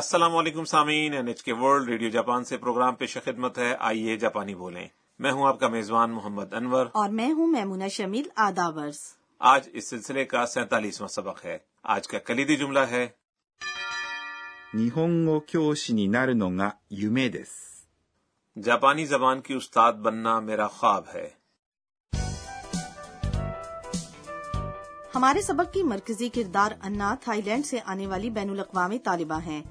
السلام علیکم سامعین N H K world radio Japan سے پروگرام پیش خدمت ہے آئیے جاپانی بولیں میں ہوں آپ کا میزبان محمد انور اور میں ہوں میمونہ شمیل آداورز آج اس سلسلے کا سینتالیسواں سبق ہے آج کا کلیدی جملہ ہے 日本語教師になるのが夢です。 جاپانی زبان کی استاد بننا میرا خواب ہے ہمارے سبق کی مرکزی کردار انا تھائی لینڈ سے آنے والی بین الاقوامی طالبہ ہیں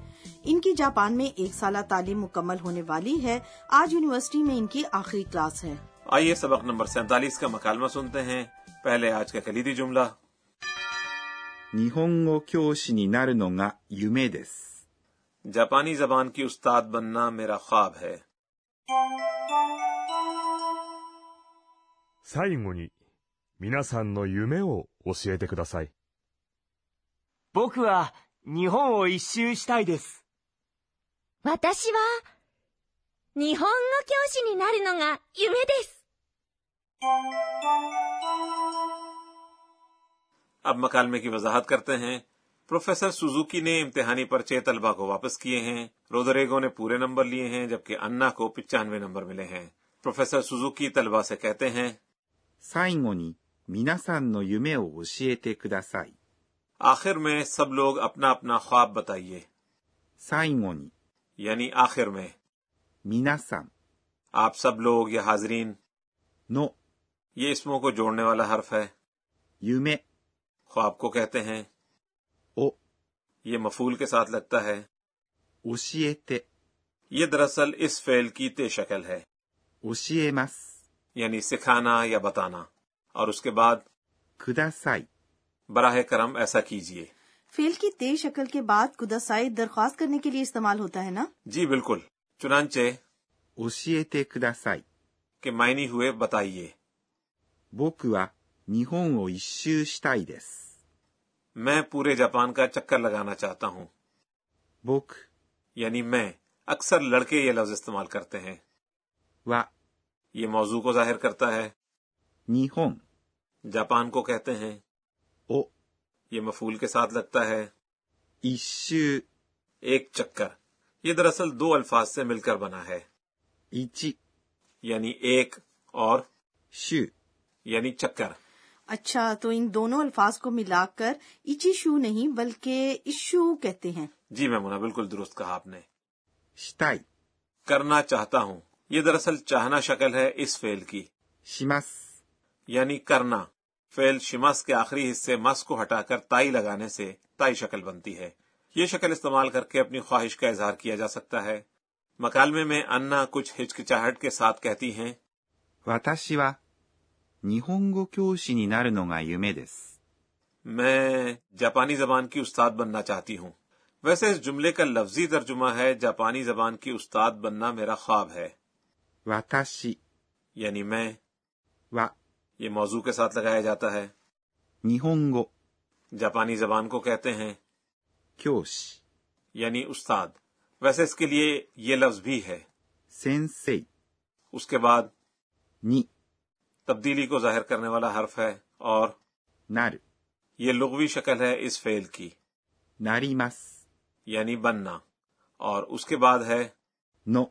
ان کی جاپان میں ایک سالہ تعلیم مکمل ہونے والی ہے آج یونیورسٹی میں ان کی آخری کلاس ہے آئیے سبق نمبر سینتالیس کا مکالمہ سنتے ہیں پہلے آج کا کلیدی جملہ 日本語教師になるのが夢です。 جاپانی زبان کی استاد بننا میرا خواب ہے 最後に、皆さんの夢を教えてください。僕は日本を一周したいです。私は、日本語教師になるのが夢です。 اب مکالمے کی وضاحت کرتے ہیں پروفیسر سوزوکی نے امتحانی پرچے طلبہ کو واپس کیے ہیں رودریگو نے پورے نمبر لیے ہیں جبکہ انا کو پچانوے نمبر ملے ہیں پروفیسر سوزوکی طلبہ سے کہتے ہیں 最後に皆さんの夢を教えてください。 آخر میں سب لوگ اپنا اپنا خواب بتائیے 最後に یعنی آخر میں 皆さん آپ سب لوگ یا حاضرین の یہ اسموں کو جوڑنے والا حرف ہے 夢 خواب کو کہتے ہیں を یہ مفول کے ساتھ لگتا ہے 教えて یہ دراصل اس فعل کی تے شکل ہے 教えます。 یعنی سکھانا یا بتانا اور اس کے بعد ください。 براہ کرم ایسا کیجیے فیل کی تیز شکل کے بعد کداسائی درخواست کرنے کے لیے استعمال ہوتا ہے نا جی بالکل چنانچہ 教えてください。 کے معنی ہوئے بتائیے 僕は日本を一周したいです。 میں پورے جاپان کا چکر لگانا چاہتا ہوں 僕 یعنی میں اکثر لڑکے یہ لفظ استعمال کرتے ہیں は یہ موضوع کو ظاہر کرتا ہے 日本 جاپان کو کہتے ہیں を یہ مفول کے ساتھ لگتا ہے 一周 ایک چکر یہ دراصل دو الفاظ سے مل کر بنا ہے 一 یعنی ایک اور 周 یعنی چکر اچھا تو ان دونوں الفاظ کو ملا کر اچی شو نہیں بلکہ اشو کہتے ہیں جی میمونہ بالکل درست کہا آپ نے したい کرنا چاہتا ہوں یہ دراصل چاہنا شکل ہے اس فعل کی します。 یعنی کرنا فعل شمس کے آخری حصے مس کو ہٹا کر تائی لگانے سے تائی شکل بنتی ہے یہ شکل استعمال کر کے اپنی خواہش کا اظہار کیا جا سکتا ہے مکالمے میں انا کچھ ہچکچاہٹ کے ساتھ کہتی ہیں 私は日本語教師になるのが夢です。 میں جاپانی زبان کی استاد بننا چاہتی ہوں ویسے اس جملے کا لفظی ترجمہ ہے جاپانی زبان کی استاد بننا میرا خواب ہے 私 یعنی میں は یہ موضوع کے ساتھ لگایا جاتا ہے 日本語 جاپانی زبان کو کہتے ہیں 教師 یعنی استاد ویسے اس کے لیے یہ لفظ بھی ہے 先生 اس کے بعد に تبدیلی کو ظاہر کرنے والا حرف ہے اور なる یہ لغوی شکل ہے اس فعل کی なります یعنی بننا اور اس کے بعد ہے の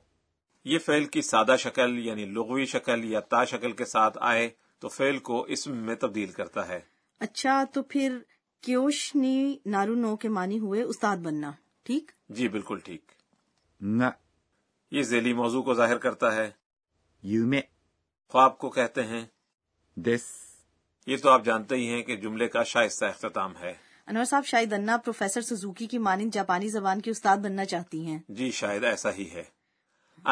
یہ فعل کی سادہ شکل یعنی لغوی شکل یا تا شکل کے ساتھ آئے تو فعل کو اسم میں تبدیل کرتا ہے اچھا تو پھر کیوشنی نارونو کے معنی ہوئے استاد بننا ٹھیک جی بالکل ٹھیک が یہ ذیلی موضوع کو ظاہر کرتا ہے 夢 خواب کو کہتے ہیں です。 یہ تو آپ جانتے ہی ہیں کہ جملے کا شائستہ اختتام ہے انور صاحب شاید انا پروفیسر سزوکی کی مانند جاپانی زبان کی استاد بننا چاہتی ہیں جی شاید ایسا ہی ہے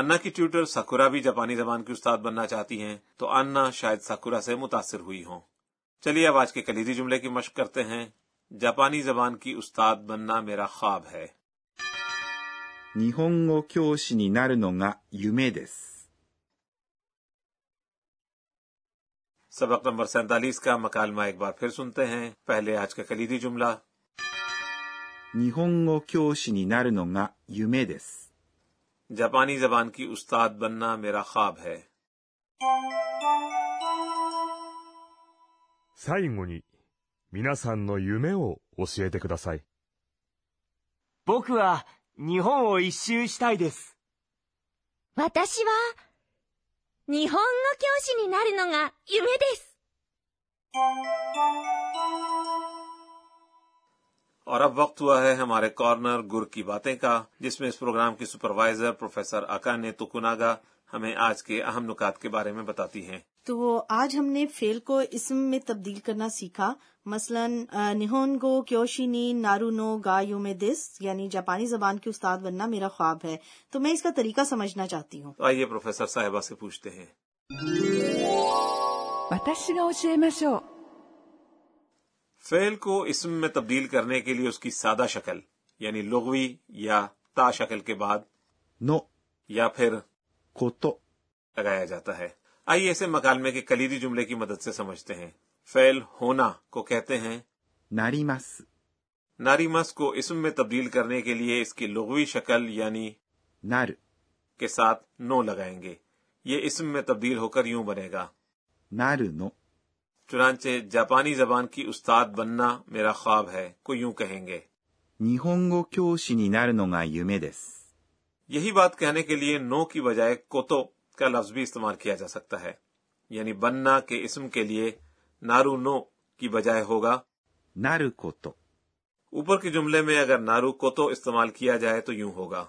انا کی ٹیوٹر سکورا بھی جاپانی زبان کی استاد بننا چاہتی ہیں تو انا شاید سکورا سے متاثر ہوئی ہوں چلیے اب آج کے کلیدی جملے کی مشق کرتے ہیں جاپانی زبان کی استاد بننا میرا خواب ہے 日本語教師になるのが夢です。 سبق نمبر سینتالیس کا مکالمہ ایک بار پھر سنتے ہیں پہلے آج کا کلیدی جملہ 日本語教師になるのが夢です。 جاپانی زبان کی استاد بننا میرا خواب ہے 最後に、皆さんの夢を教えてください。僕は日本を一周したいです。私は、日本語教師になるのが夢です。 اور اب وقت ہوا ہے ہمارے کارنر گر کی باتیں کا جس میں اس پروگرام کی سپروائزر پروفیسر اکا نے تکناگا ہمیں آج کے اہم نکات کے بارے میں بتاتی ہیں تو آج ہم نے فیل کو اسم میں تبدیل کرنا سیکھا مثلا نہون گو کیوشی نی نارو نو گا یو میں دس یعنی جاپانی زبان کے استاد بننا میرا خواب ہے تو میں اس کا طریقہ سمجھنا چاہتی ہوں تو آئیے پروفیسر صاحبہ سے پوچھتے ہیں 私が教えましょう فعل کو اسم میں تبدیل کرنے کے لیے اس کی سادہ شکل یعنی لغوی یا تا شکل کے بعد の、 یا پھر こと、 لگایا جاتا ہے آئیے اسے مکالمے کے کلیدی جملے کی مدد سے سمجھتے ہیں فعل ہونا کو کہتے ہیں なります。 ناری مس کو اسم میں تبدیل کرنے کے لیے اس کی لغوی شکل یعنی なる、 کے ساتھ نو لگائیں گے یہ اسم میں تبدیل ہو کر یوں بنے گا なるの、 چنانچہ جاپانی زبان کی استاد بننا میرا خواب ہے کو یوں کہیں گے 日本語教師になるのが夢です。 یہی بات کہنے کے لیے نو کی بجائے کوتو کا لفظ بھی استعمال کیا جا سکتا ہے یعنی بننا کے اسم کے لیے نارو نو کی بجائے ہوگا なること、 اوپر کے جملے میں اگر نارو کوتو استعمال کیا جائے تو یوں ہوگا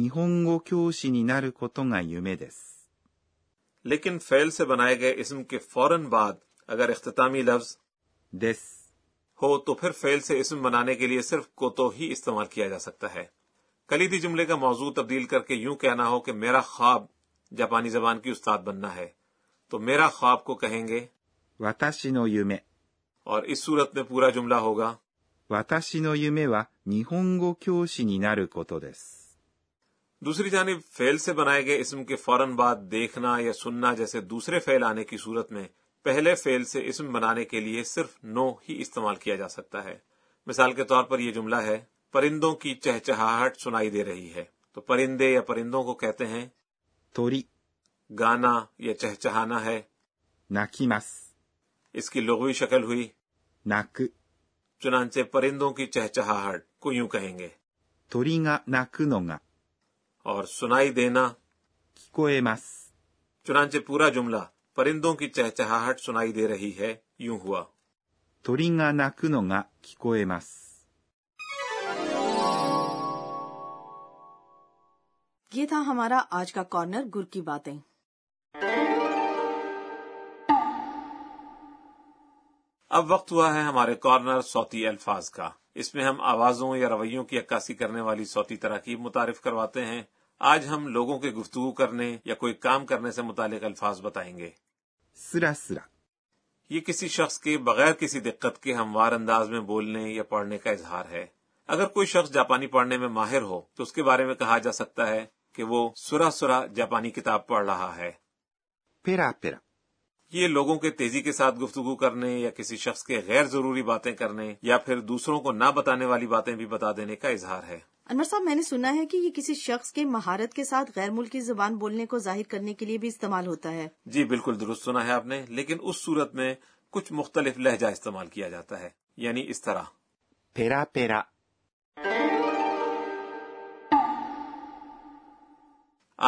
日本語教師になることが夢です。 لیکن فعل سے بنائے گئے اسم کے فوراً بعد اگر اختتامی لفظ です。 ہو تو پھر فعل سے اسم بنانے کے لیے صرف کوتو ہی استعمال کیا جا سکتا ہے کلیدی جملے کا موضوع تبدیل کر کے یوں کہنا ہو کہ میرا خواب جاپانی زبان کی استاد بننا ہے تو میرا خواب کو کہیں گے 私の夢。 اور اس صورت میں پورا جملہ ہوگا 私の夢は日本語教師になることです。 دوسری جانب فعل سے بنائے گئے اسم کے فوراً بعد دیکھنا یا سننا جیسے دوسرے فعل آنے کی صورت میں پہلے فعل سے اسم بنانے کے لیے صرف نو ہی استعمال کیا جا سکتا ہے مثال کے طور پر یہ جملہ ہے پرندوں کی چہچہاہٹ سنائی دے رہی ہے تو پرندے یا پرندوں کو کہتے ہیں 鳥、 گانا یا چہچہانا ہے 泣きます。 اس کی لغوی شکل ہوئی 泣く。 چنانچہ پرندوں کی چہچہاہٹ کو یوں کہیں گے 鳥が鳴くのが اور سنائی دینا 聞こえます。 چنانچہ پورا جملہ پرندوں کی چہچہاہٹ سنائی دے رہی ہے یوں ہوا 鳥が鳴くのが聞こえます。 یہ تھا ہمارا آج کا کارنر گر کی باتیں اب وقت ہوا ہے ہمارے کارنر صوتی الفاظ کا اس میں ہم آوازوں یا رویوں کی عکاسی کرنے والی صوتی تراکیب متعارف کرواتے ہیں آج ہم لوگوں کے گفتگو کرنے یا کوئی کام کرنے سے متعلق الفاظ بتائیں گے すらすら。 یہ کسی شخص کے بغیر کسی دقت کے ہموار انداز میں بولنے یا پڑھنے کا اظہار ہے اگر کوئی شخص جاپانی پڑھنے میں ماہر ہو تو اس کے بارے میں کہا جا سکتا ہے کہ وہ سرا سرا جاپانی کتاب پڑھ رہا ہے ペラペラ。 یہ لوگوں کے تیزی کے ساتھ گفتگو کرنے یا کسی شخص کے غیر ضروری باتیں کرنے یا پھر دوسروں کو نہ بتانے والی باتیں بھی بتا دینے کا اظہار ہے انور صاحب میں نے سنا ہے کہ یہ کسی شخص کے مہارت کے ساتھ غیر ملکی زبان بولنے کو ظاہر کرنے کے لیے بھی استعمال ہوتا ہے جی بالکل درست سنا ہے آپ نے لیکن اس صورت میں کچھ مختلف لہجہ استعمال کیا جاتا ہے یعنی اس طرح ペラペラ。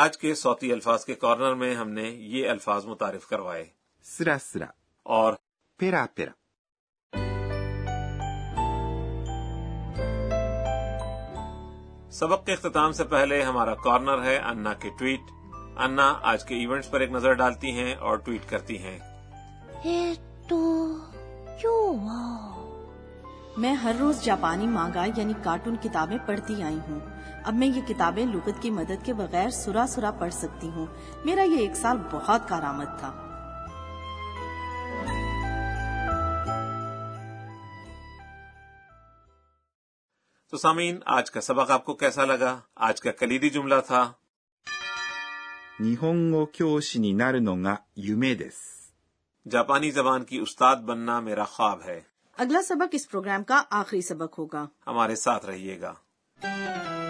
آج کے صوتی الفاظ کے کارنر میں ہم نے یہ الفاظ متعارف کروائے すらすら。 اور ペラペラ。 سبق کے اختتام سے پہلے ہمارا کارنر ہے انا کے ٹویٹ انا آج کے ایونٹس پر ایک نظر ڈالتی ہیں اور ٹویٹ کرتی ہیں えっと、今日は、 میں ہر روز جاپانی مانگا یعنی کارٹون کتابیں پڑھتی آئی ہوں اب میں یہ کتابیں لغت کی مدد کے بغیر سرا سرا پڑھ سکتی ہوں میرا یہ ایک سال بہت کارآمد تھا تو سامعین آج کا سبق آپ کو کیسا لگا آج کا کلیدی جملہ تھا 日本語教師になるのが夢です。 جاپانی زبان کی استاد بننا میرا خواب ہے اگلا سبق اس پروگرام کا آخری سبق ہوگا ہمارے ساتھ رہیے گا